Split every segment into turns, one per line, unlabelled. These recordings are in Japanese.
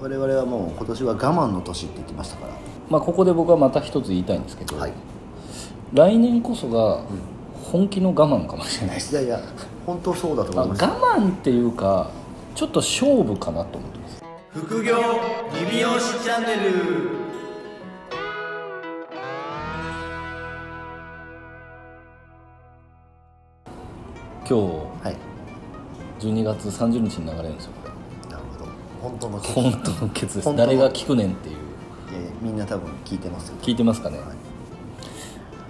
我々はもう今年は我慢の年って言ってましたから
まあ、ここで僕はまた一つ言いたいんですけど、
はい
来年こそが本気の我慢かもしれないです、
いやいや本当そうだと
まあ
思います
我慢っていうかちょっと勝負かなと思ってます
副業リビオシチャンネル
今
はい
日12月30日に流れるんですよこれ
なるほど本当の決
本当のケツです
本当の
誰が聞くねんっていう
いやいやみんな多分聞いてますよ
聞いてますかね、
はい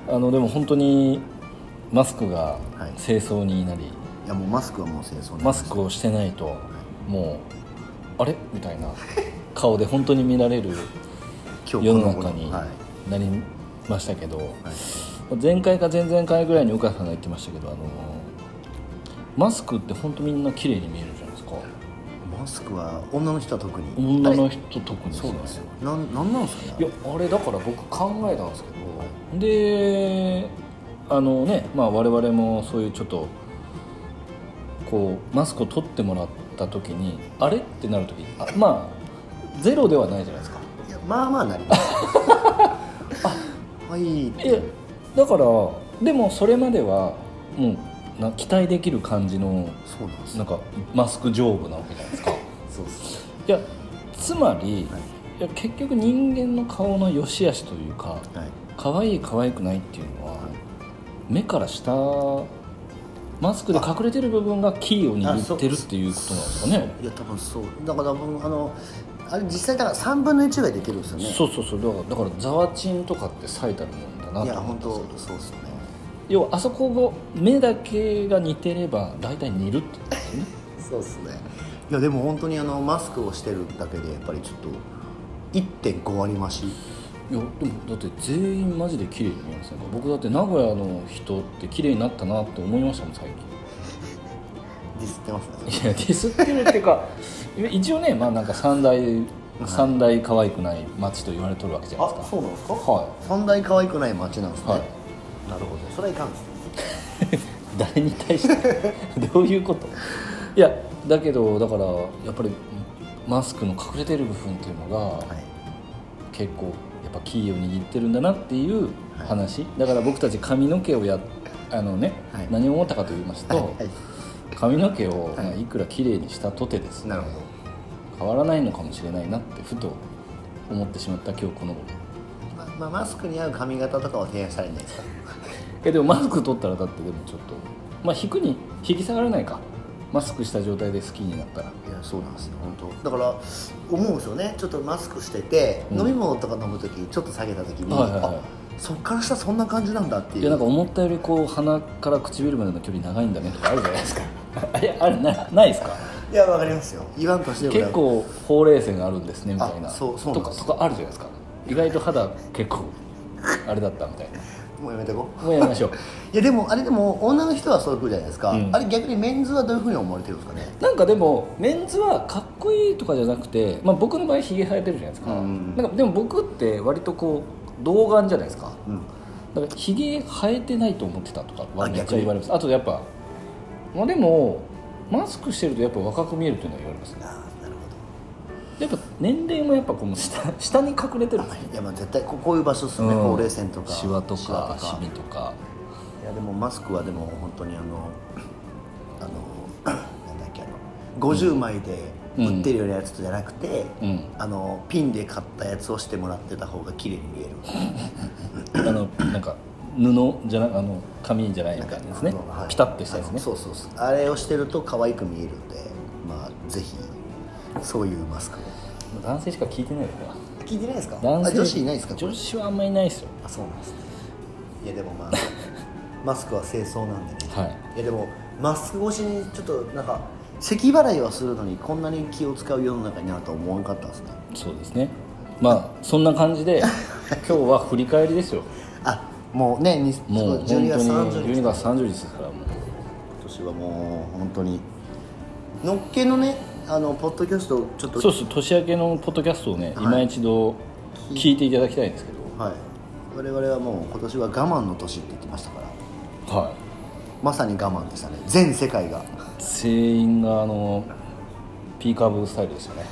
あのでも本当にマスクが
はい
清掃になり、
いやもうマスクはもう戦争
マスクをしてないともうあれみたいな顔で本当に見られる
今日
世
こ
の
頃
中に
はい
なりましたけど、
はい
前回か前々回ぐらいに岡さんが言ってましたけどあのマスクって本当みんな綺麗に見えるじゃないですか
マスクは女の人は特に
女
あ
の
れ
人特に
そうなんですよなんなんなんですか
い
ね
やあれだから僕考えたんですけどであのねまあ我々もそういうちょっとこうマスクを取ってもらった時にあれってなる時あまあゼロではないじゃないですか
いやまあまあなり ますあはいって
いやだからでもそれまではもうな期待できる感じの
そうなんですよ
なんかマスク丈夫なわけじゃないですか
そうです
いやつまり、
はい
いや結局人間の顔の良し悪しというか
はい
可愛い可愛くないっていうのは目から下マスクで隠れてる部分がキーを握ってるっていうことなんですかね
いや多分そうだから僕あのあれ実際だから3分の1ぐらい出てるんですよね
そうそうそうだからだからざわちんとかって最たるもんだないと
や
思
本
う
当そうですよね
要はあそこが目だけが似てれば大体似るってことですよね
そうですねいやでも本当にあのマスクをしてるだけでやっぱりちょっと1.5割増し
いやでもだって全員マジで綺麗に見えませんか僕だって名古屋の人って綺麗になったなって思いましたもん最近
ディスってますね
いやディスってるっていうか一応ねまあなんか三大三大可愛くない街と言われとるわけじゃないですか
あそうなんですか
は
三大可愛くない街なんですね、
はい
なるほどそれはいかんですね
い誰に対して どういうこといやだけどだからやっぱりマスクの隠れてる部分っていうのが、
はい
結構やっぱキーを握ってるんだなっていう
はい
話、だから僕たち髪の毛をやあのね、
はい
何を思ったかと言いますと、
はい
髪の毛を、
はい
まあいくら綺麗にしたとてですね
なるほど
変わらないのかもしれないなってふと思ってしまった今日この頃
ままあ、マスクに合う髪型とかは提案されないですか
えでもマスク取ったらだってでもちょっとまあ引くに引き下がれないかマスクした状態で好きになったら
いやそうなんですよ本当だから思うんですよねちょっとマスクしてて、
うん
飲み物とか飲む時ちょっと下げた時に、
はいはいはい
あそっから下そんな感じなんだっていう
いやなんか思ったよりこう鼻から唇までの距離長いんだねとかあるじゃないですか あれあれなないですか
いやわかりますよ言わんとしても
結構ほうれい線があるんですねみたいな
あそうそうな
と
ん
か
です
とかあるじゃないですか意外と肌結構あれだったみたいな
もうやめてこう
もうやめましょう
いやでもあれでも女の人はそういうふうじゃないですか、
うん
あれ逆にメンズはどういうふうに思われてるんですかね
なんかでもメンズはかっこいいとかじゃなくて、まあ、僕の場合ひげ生えてるじゃないですか,、
うん
なんかでも僕って割とこう童顔じゃないですか
うん
だからひげ生えてないと思ってたとか
あ
はめっち
逆
ゃ
に
言われますあとやっぱまあでもマスクしてるとやっぱ若く見えるというのは言われますね
ああなるほど
やっぱ年齢もやっぱこの下 下に隠れてるんですね
いやまあ絶対ここういう場所ですよね、
うん
ほうれい線とか
シワとかシ
シミ
ミとか
いやでもマスクはでも本当にあのあの なんだっけあの50枚で売ってるようなやつじゃなくて、
うん
あのピンで買ったやつをしてもらってた方が綺麗に見える
あのなんか布じゃなあの紙じゃないみたいなですね
あのはい
ピタッとしたやつ
あの
ね
そうそうそうあれをしてると可愛く見えるんでまあぜひそういうマスクを
男性しか聞いてないよな
聞いてないですか
男性
あ女子いないですかこれ
女子はあんまりいないですよ
あそうなんですねいやでもま あマスクは清掃なんでね
はい
いやでもマスク越しにちょっとなんか咳払いはするのにこんなに気を使う世の中になるとは思わなかったですね
そうですねまあそんな感 じで今日は振り返りですよ
あもうねに
も
そう
う本当に
月30日
12月30日ですからもう
今年はもう本当にのっけのねあのポッドキャストをちょっと
そうそう年明けのポッドキャストをね、
はい
今一度聞いていただきたいんですけど
はい我々はもう今年は我慢の年って言ってましたから
は
まさに我慢でしたね全世界が
い全員があのピーカーブースタイルでしたね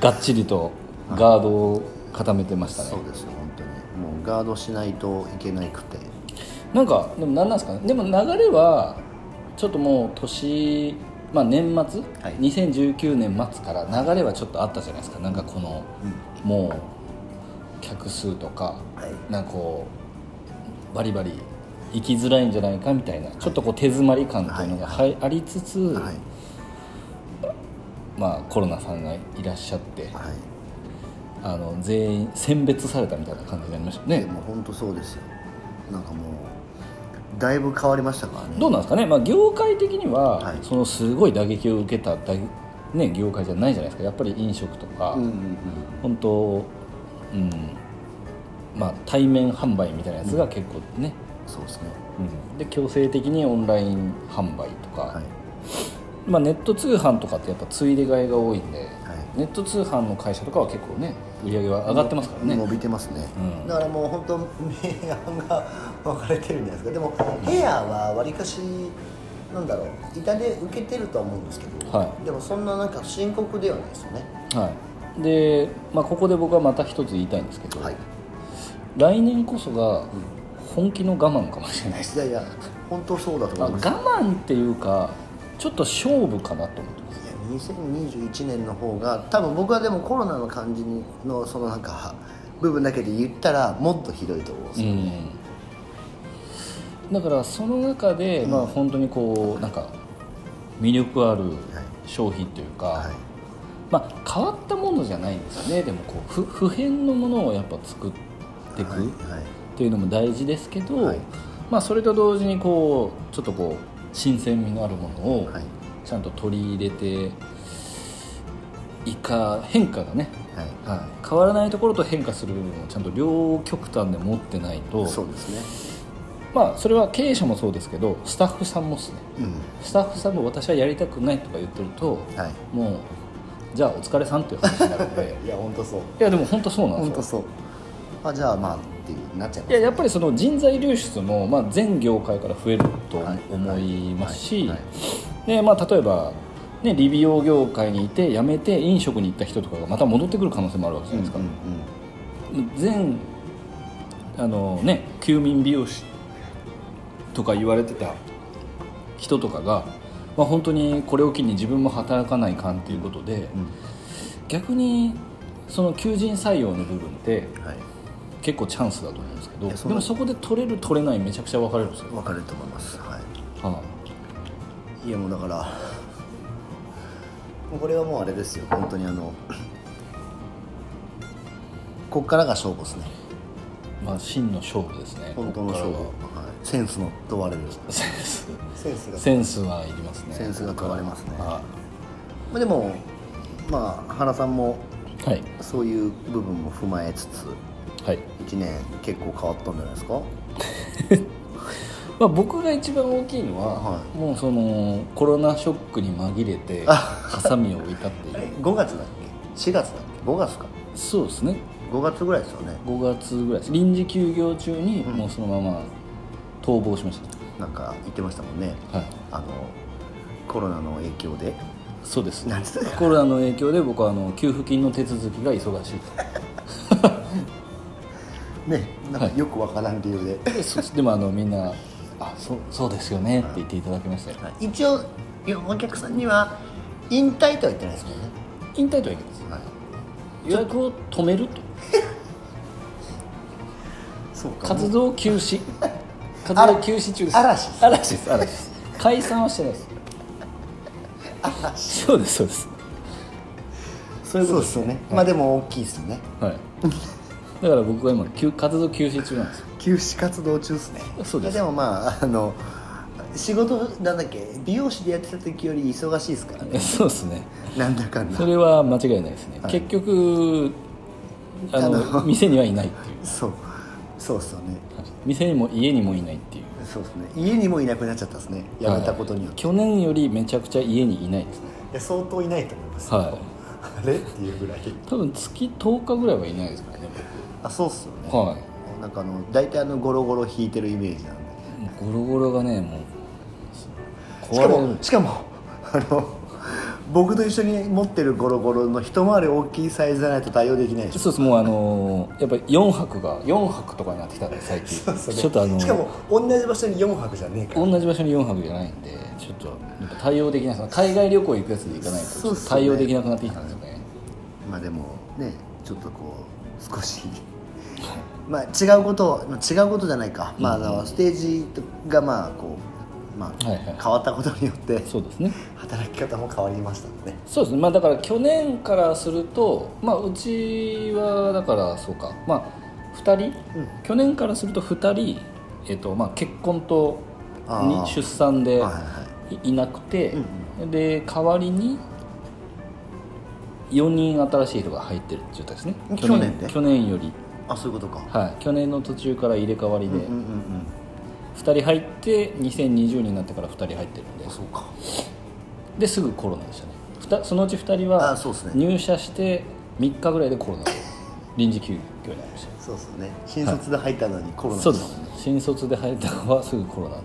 がっちりとガードを固めてました
そ
ね
うですよ本当にもうガードしないといけなくて
なんかでも何なんですかねでも流れはちょっともう年まあ年末、
はい
2019年末から流れはちょっとあったじゃないですかなんかこの、もう客数とか、
はい
なんかこうバリバリ行きづらいんじゃないかみたいなちょっとこう手詰まり感っていうのが、はいありつつ、
はい
まあコロナさんがいらっしゃっ
は
て
い
あの全員選別されたみたいな感じになりました
で
ね
も本当そうですよなんかもうだいぶ変わりましたからね
どうなんですかね、まあ、業界的には、
はい
そのすごい打撃を受けただい、ね、業界じゃないじゃないですかやっぱり飲食とか、
うんうんうん
本当、うんまあ、対面販売みたいなやつが結構ね、
そうですね
うんで強制的にオンライン販売とか、
はい
まあ、ネット通販とかってやっぱついで買いが多いんで、
い
ネット通販の会社とかは結構ね売り上げは上がってますからね、
伸びてますね、
うん
だからもう本当明暗が分かれてるんじゃないですかでもヘアはわりかしなんだろう痛手受けてるとは思うんですけど、
は
でもそんななんか深刻ではないですよね
はい、で、まあ、ここで僕はまた一つ言いたいんですけど、
はい
来年こそが本気の我慢かもしれないです、
いやいや本当そうだと
まあ、
思います、
我慢っていうかちょっと勝負かなと思ってま
い
す
や2021年の方が多分僕はでもコロナの感じのそのなんか部分だけで言ったらもっとひどいと思うんですよ、
うん、だからその中で、まあ本当にこうなんか魅力ある商品というか、
はい
まあ、変わったものじゃないんですよねでもこう不不変のものをやっぱ作っていく、
はい
っていうのも大事ですけど、
はい
まあ、それと同時にこうちょっとこう新鮮味のあるものを
はい
ちゃんと取り入れていか変化がね、
はい、
はい、変わらないところと変化する部分をちゃんと両極端で持ってないと
そうですね
まあ、それは経営者もそうですけどスタッフさんもですね
うん
スタッフさんも私はやりたくないとか言ってると
はい
もうじゃあお疲れさんっていう話になるので
いや本当そう
いやでも本当そうなんです
本
よ
当そうあじゃあまあっていうなっちゃいます
いややっぱりその人材流出も、まあ、全業界から増えると
はい
思いますし
はいはい
でまあ例えば、ね、理美容業界にいて辞めて飲食に行った人とかがまた戻ってくる可能性もあるわけじゃないですか、全あの、ね、休眠美容師とか言われてた人とかが、まあ、本当にこれを機に自分も働かないかんっていうことで、
うん
逆にその求人採用の部分って
はい
結構チャンスだと思うんですけど
いやそんな
でもそこで取れる取れないめちゃくちゃ分かれるんですよ、
分かると思いますはい
はい
やもうだからもうこれはもうあれですよ本当にあのこっからが勝負ですね
いまあ、真の勝負ですね
本当の勝負、
こ
はい、センスの問われる
こからはセンス
センスが
センスはいりますね
センスが問われますね
は
まあ、でもまあ原さんも
いはい、
そういう部分も踏まえつつ
はい
1年結構変わったんじゃないですか
まあ、僕が一番大きいのは、
は
もうそのコロナショックに紛れて
あ
ハサミを置いたっていう
5月だっけ4月だっけ5月か
そうですね
5月ぐらいですよね
5月ぐらいです臨時休業中にもうそのまま逃亡しまし
なんか言ってましたもんね
た、はい
あのコロナの影響で
そうです
なんつう
コロナの影響で僕はあの給付金の手続きが忙しい
ねなんか
はい
よくわからん理由で、
とそうですでもあのみんな「あそうそうですよね」って言っていただきましたよ
一応いやお客さんには引退とは言ってないですもんね、
引退とは言います
はい、
予約を止めると
そうか
活動休止活
あら
動休止中です
嵐です
嵐です嵐です解散はしてないですそうですそうです
そういうことですよね、まあでも大きいですよね
はいだから僕は今休活動休止中なんですよ
休止活動中ですね
そうです
いやでもまああの仕事なんだっけ美容師でやってた時より忙しいですからね
そうですね
なんだかんだ
それは間違いないですね、結局あの店にはいないっていう
そうそうっすよね
店にも家にもいないっていう
そうですね家にもいなくなっちゃったですねやめたことによって、
去年よりめちゃくちゃ家にいないですね
い、や相当いないと思いますよ
は
あれ っていうぐらい
い多分月10日ぐらいはいないですからね
あそうっすよね、
僕は
なんかあの大体あのゴロゴロ弾いてるイメージなんで
いもうゴロゴロがねもう
しか
壊れ
も
る
しかもあの僕と一緒に持ってるゴロゴロの一回り大きいサイズじゃないと対応できないでしょ
そうですもうあのーやっぱり4泊が4泊とかになってきたんで最近ちょっとあのー
しかも同じ場所に4泊じゃねえから
同じ場所に4泊じゃないんでちょっとやっぱ対応できないです海外旅行行くやつで行かないとち
そう
ょ
っ
っと
すね
対応できなくなってきたんですよね
まあでもねちょっとこう少し まあ違うことまあ違うことじゃないか、まあ、あのステージがまあこう、まあ
はいはい
変わったことによって
そうですね
働き方も変わりましたもんね
そうですねまあだから去年からするとまあうちはだからそうかまあ2人、去年からすると2人、えっとまあ、結婚と
あ
に
ー
出産で
はいはいはい
いいなくて、
うん
で代わりに4人新しい人が入ってるって状態ですね
去年ね
去年より
あそういうことか
はい去年の途中から入れ替わりで、
うんうんうん
2人入って2020になってから2人入ってるんで
あそうか
ですぐコロナでしたねふたそのうち2人は
あそうっすね
入社して3日ぐらいでコロナ で臨時休業になりまし
そうですね新卒で入ったのにコ
た
ロナ
そうです新卒で入ったのはすぐコロナで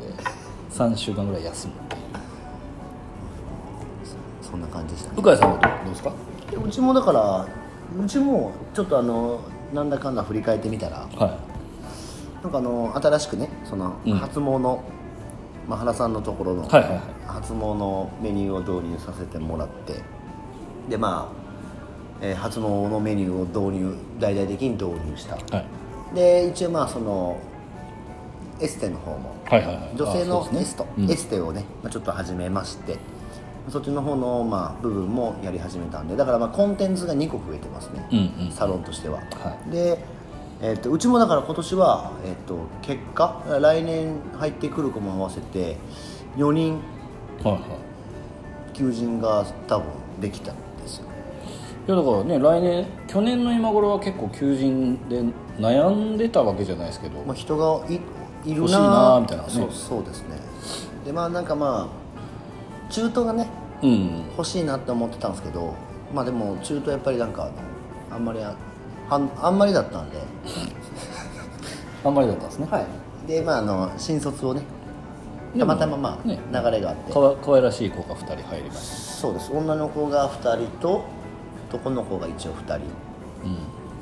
3週間ぐらい休むっていう
そんな感じでしたね
鵜飼さんはどうどうですか
うちもだからうちもちょっとあのなんだかんだ振り返ってみたら
は
なんかあの新しくねその
うん
初詣の、まあ、原さんのところの
はいはいはい
初詣のメニューを導入させてもらってでまあ、えー初詣のメニューを導入大々的に導入した
いはい
で一応まあそのエステの方も
はいはいはい
女性
あ
の
そうで
エ
す
ス
ね
ト、
うん
エステをね、まあ、ちょっと始めましてそっちの方の、まあ、部分もやり始めたんでだからまあコンテンツが2個増えてますね、
うんうん
サロンとしては、
は
で、えっとうちもだから今年は、えっと結果来年入ってくる子も合わせて4人
はいはい
求人が多分できたんですよ
いやだからね来年去年の今頃は結構求人で悩んでたわけじゃないですけど、
まあ、人がいいる
欲しい
な
なみたいなね
そうそうですねでまあなんかまあ中東がね
うん
欲しいなって思ってたんですけどまあでも中途やっぱりなんかあのあんまりああんあんまりだったんで
あんまりだったんですね
はいでまああの新卒をね
で
た
も
またままあ
ね
流れがあって、
かわ可愛らしい子が2人入りまし
そうです女の子が2人と男の子が一応2人
た、うん、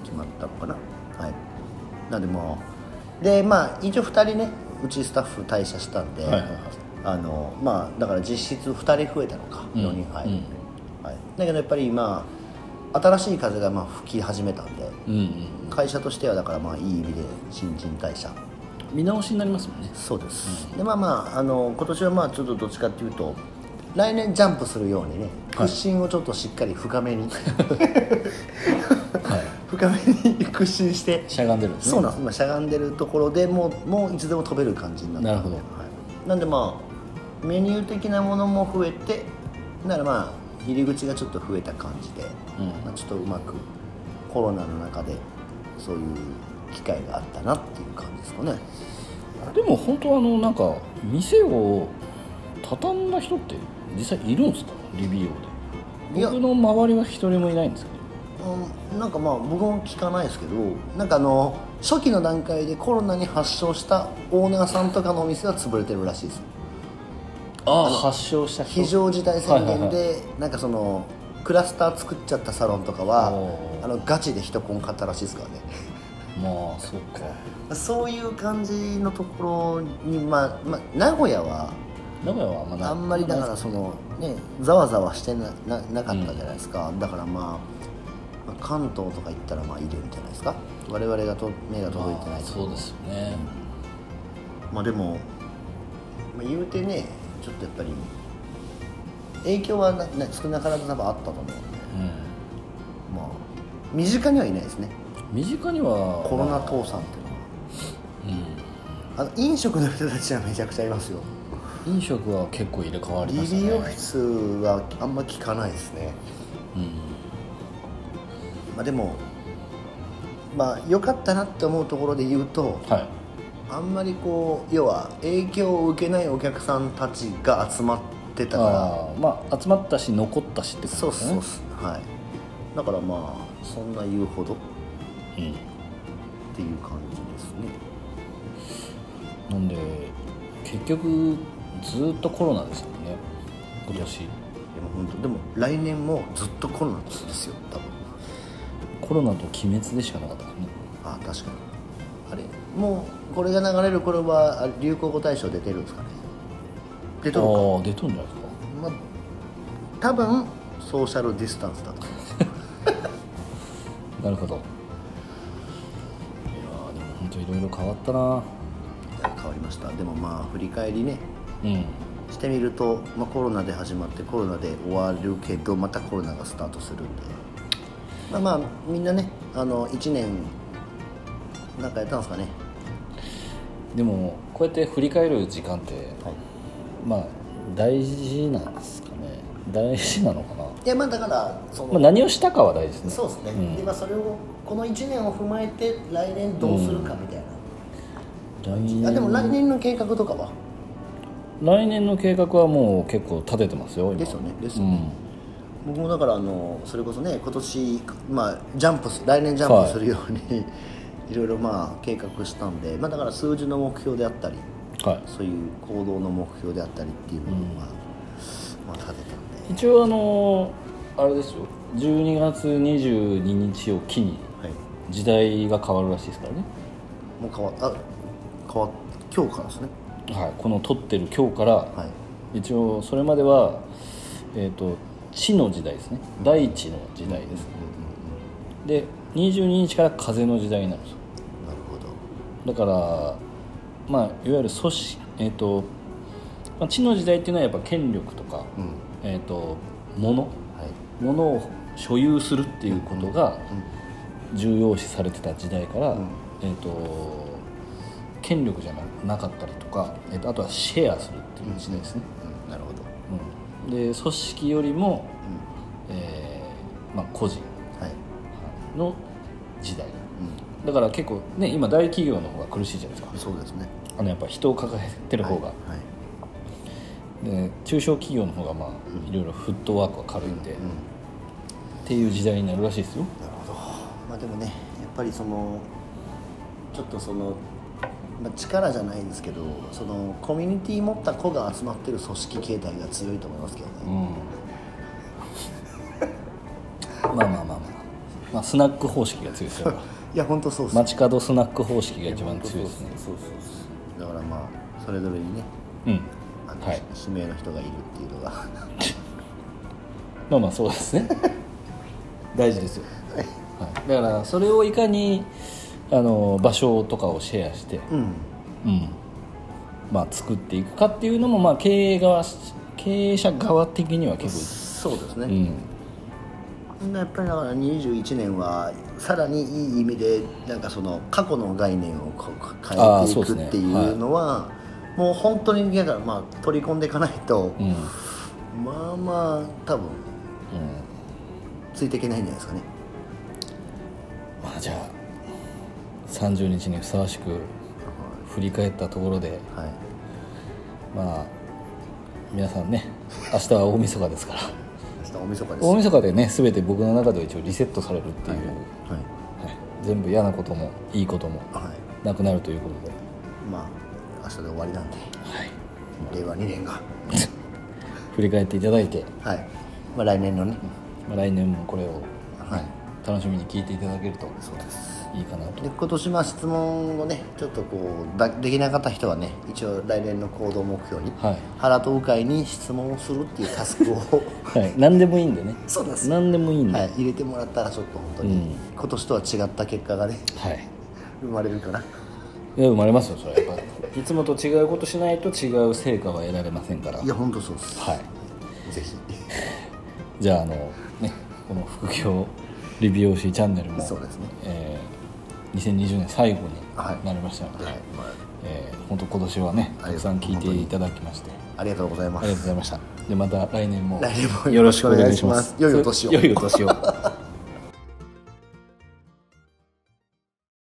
決まったのかなはいなんでもうでまあ一応2人ねうちスタッフ退社したんで、
はいはいはい
あのまあだから実質2人増えたのか、
うん
4人入る、はい、だけどやっぱり今新しい風がまあ吹き始めたんで
うんうん
会社としてはだからまあいい意味で新陳代謝
見直しになりますもんね
そうです、でまあまああの今年はまあちょっとどっちかっていうと来年ジャンプするようにね屈伸をちょっとしっかり深めに、 深めに屈伸して
しゃがんでるんですね
そうなんです今しゃがんでるところでもうもういつでも飛べる感じになって
なるほど
はい、なんでまあメニュー的なものも増えてならまあ入り口がちょっと増えた感じで、
うん
まあ、ちょっとうまくコロナの中でそういう機会があったなっていう感じですかね
でも本当あのなんか店を畳んだ人って実際いるんですかリビオ
い
で
や
僕の周りは一人もいないんですけど
うん、なんかまあ僕も聞かないですけどなんかあの初期の段階でコロナに発症したオーナーさんとかのお店は潰れてるらしいです
あ発症した人
非常事態宣
はい
言
はい
でなんかそのクラスター作っちゃったサロンとかは
おー
あのガチで人コン買ったらしいですからね
まあそうか
そういう感じのところにまあ、まあ、名古屋は
名古屋はあんまない
あんまりだからそのねざわざわしてなななかったじゃないですか、だからまあまあ関東とか行ったらまあいるんじゃないですか我々がと目が届いて
ま
な
あ
いと
そうですよね
まあでも、まあ、言うてねちょっとやっぱり影響はなな少なからず多分あったと思うんで
うん
まあ身近にはいないですね
身近には
コロナ倒産っていう
う
のはあの飲食の人たちはめちゃくちゃいますよ
ん、飲食は結構入れ替わりましたね
DB オフィスはあんま聞かないですね
うん
まあでもまあ良かったなって思うところで言うと
はい
あんまりこう要は影響を受けないお客さんたちが集まってたから
あーまあ集まったし残ったしってこと
そう
で
っ
す
す
ね
そうっすはいだからまあそんな言うほどっ
う
て
ん
いう感じですね
なんで結局ずっとコロナですよね今年
いやも本当でも来年もずっとコロナですよ多分
コロナと鬼滅でしかなかったからね
あ確かにあれもうこれが流れる頃はあ流行語大賞出てるんですかね出
ああ
とるか
ー出とんじゃないですか
まあ多分ソーシャルディスタンスだと思います
なるほどいやーでも本当いろいろ変わったな
変わりましたでもまあ振り返りね
うん
してみると、まあ、コロナで始まってコロナで終わるけどまたコロナがスタートするんでまあまあみんなねあの1年なんかやったんですかね
でもこうやって振り返る時間って、
はい
まあ大事なんですかね大事なのかな、
いやまあだからその、
まあ、何をしたかは大事ですね
そうですね、
ん
でまあそれをこの1年を踏まえて来年どうするかみたいな、
来
あでも来
年
年の計画とかは
来年の計画はもう結構立ててますよ今
ですよねです
う
よね、
ん
僕もだからあのそれこそね今年まあジャンプす来年ジャンプするように、 い、ろいろまあ計画したんでまあだから数字の目標であったり
は
そういう行動の目標であったりっていうものが、まあ立てたんで
い一応あのあれですよ12月22日を機に
はい
時代が変わるらしいですからね
もう変わあ変わっ今日からですね
はいこの撮ってる今日から、
はい
一応それまではえっ、と地の時代ですね大地の時代です、で22日から風の時代になるんですよ
なるほど
だからまあいわゆる組織えっ、と、まあ、地の時代っていうのはやっぱ権力とか、
うん
えっ、と物
はい
物を所有するっていうことが重要視されてた時代から、
ん
えー、と権力じゃななかったりとか、えー、とあとはシェアするっていう時代ですね、
うんなるほど
うんで組織よりも、えーまあ、個人
はい
の時代だから結構ね今大企業の方が苦しいじゃないですか
うんそうですね
あのやっぱ人を抱えてる方
は
が、
い、はい
で中小企業の方がまあいろいろフットワークが軽いんで、っていう時代になるらしいですよ
なるほどまあでもねやっぱりそのちょっとその、まあ、力じゃないんですけどそのコミュニティ持った子が集まってる組織形態が強いと思いますけど
う
ね、
んまあまあまあまあ、まあ、スナック方式が強いですよ
いや本当そうです
街角スナック方式が一番強いですね
そうそうそうだからまあそれぞれにね
うん
あの、
はい
指名の人がいるっていうのが
まあまあそうですね大事ですよ、はい、だからそれをいかにあの場所とかをシェアして、
うん
うんまあ、作っていくかっていうのも、まあ、経営側経営者側的には結
そうです
構、う
ね、
ん、
やっぱりだから21年はさらにいい意味でなんかその過去の概念をこう変
あ
え
ー
て
そ
いう
です
く
ね
っていうのはもう本当にだからまあ取り込んでいかないと、
うんうん
まあまあ多分ついていけないんじゃないですかね
まあじゃあ30日にふさわしく振り返ったところで
はい、
まあ皆さんね明日は大晦日ですから
明日大晦日です
大晦日でね全て僕の中では一応リセットされるっていう、
はい
はい、全部嫌なこともいいことも
はい
なくなるということで、
まあ明日で終わりなんで
はい、
令和2年が
振り返っていただいて、
はいまあ来年のね
まあ、来年もこれを
はい
楽しみに聞いていただけると
そうです
いいかなと
で今年まあ質問をねちょっとこうだできなかった人はね一応来年の行動目標に、
はい
原東会に質問をするっていうタスクを
はい、何でもいいんでね
そうなんです
何でもいいん
は
で、はい
い、入れてもらったらちょっと本当に、
うん
今年とは違った結果がね 生まれるかない
や生まれますよそれはやっぱいつもと違うことしないと違う成果は得られませんから
いや本当そうです
はい
ぜひ
じゃああのねこの副業リビオシーチャンネルも
そうですね
えー2020年最後に
はい
なりましたので、
はい、まあ
えー本当今年はね
あ
た
り
く
がとう
さん聞いていただきまして
ありがとうございま
ありがとう
す。
ございましたでまた来年も
来年もよろしくお願いします
よろしくお願
良いお年を
良いお年を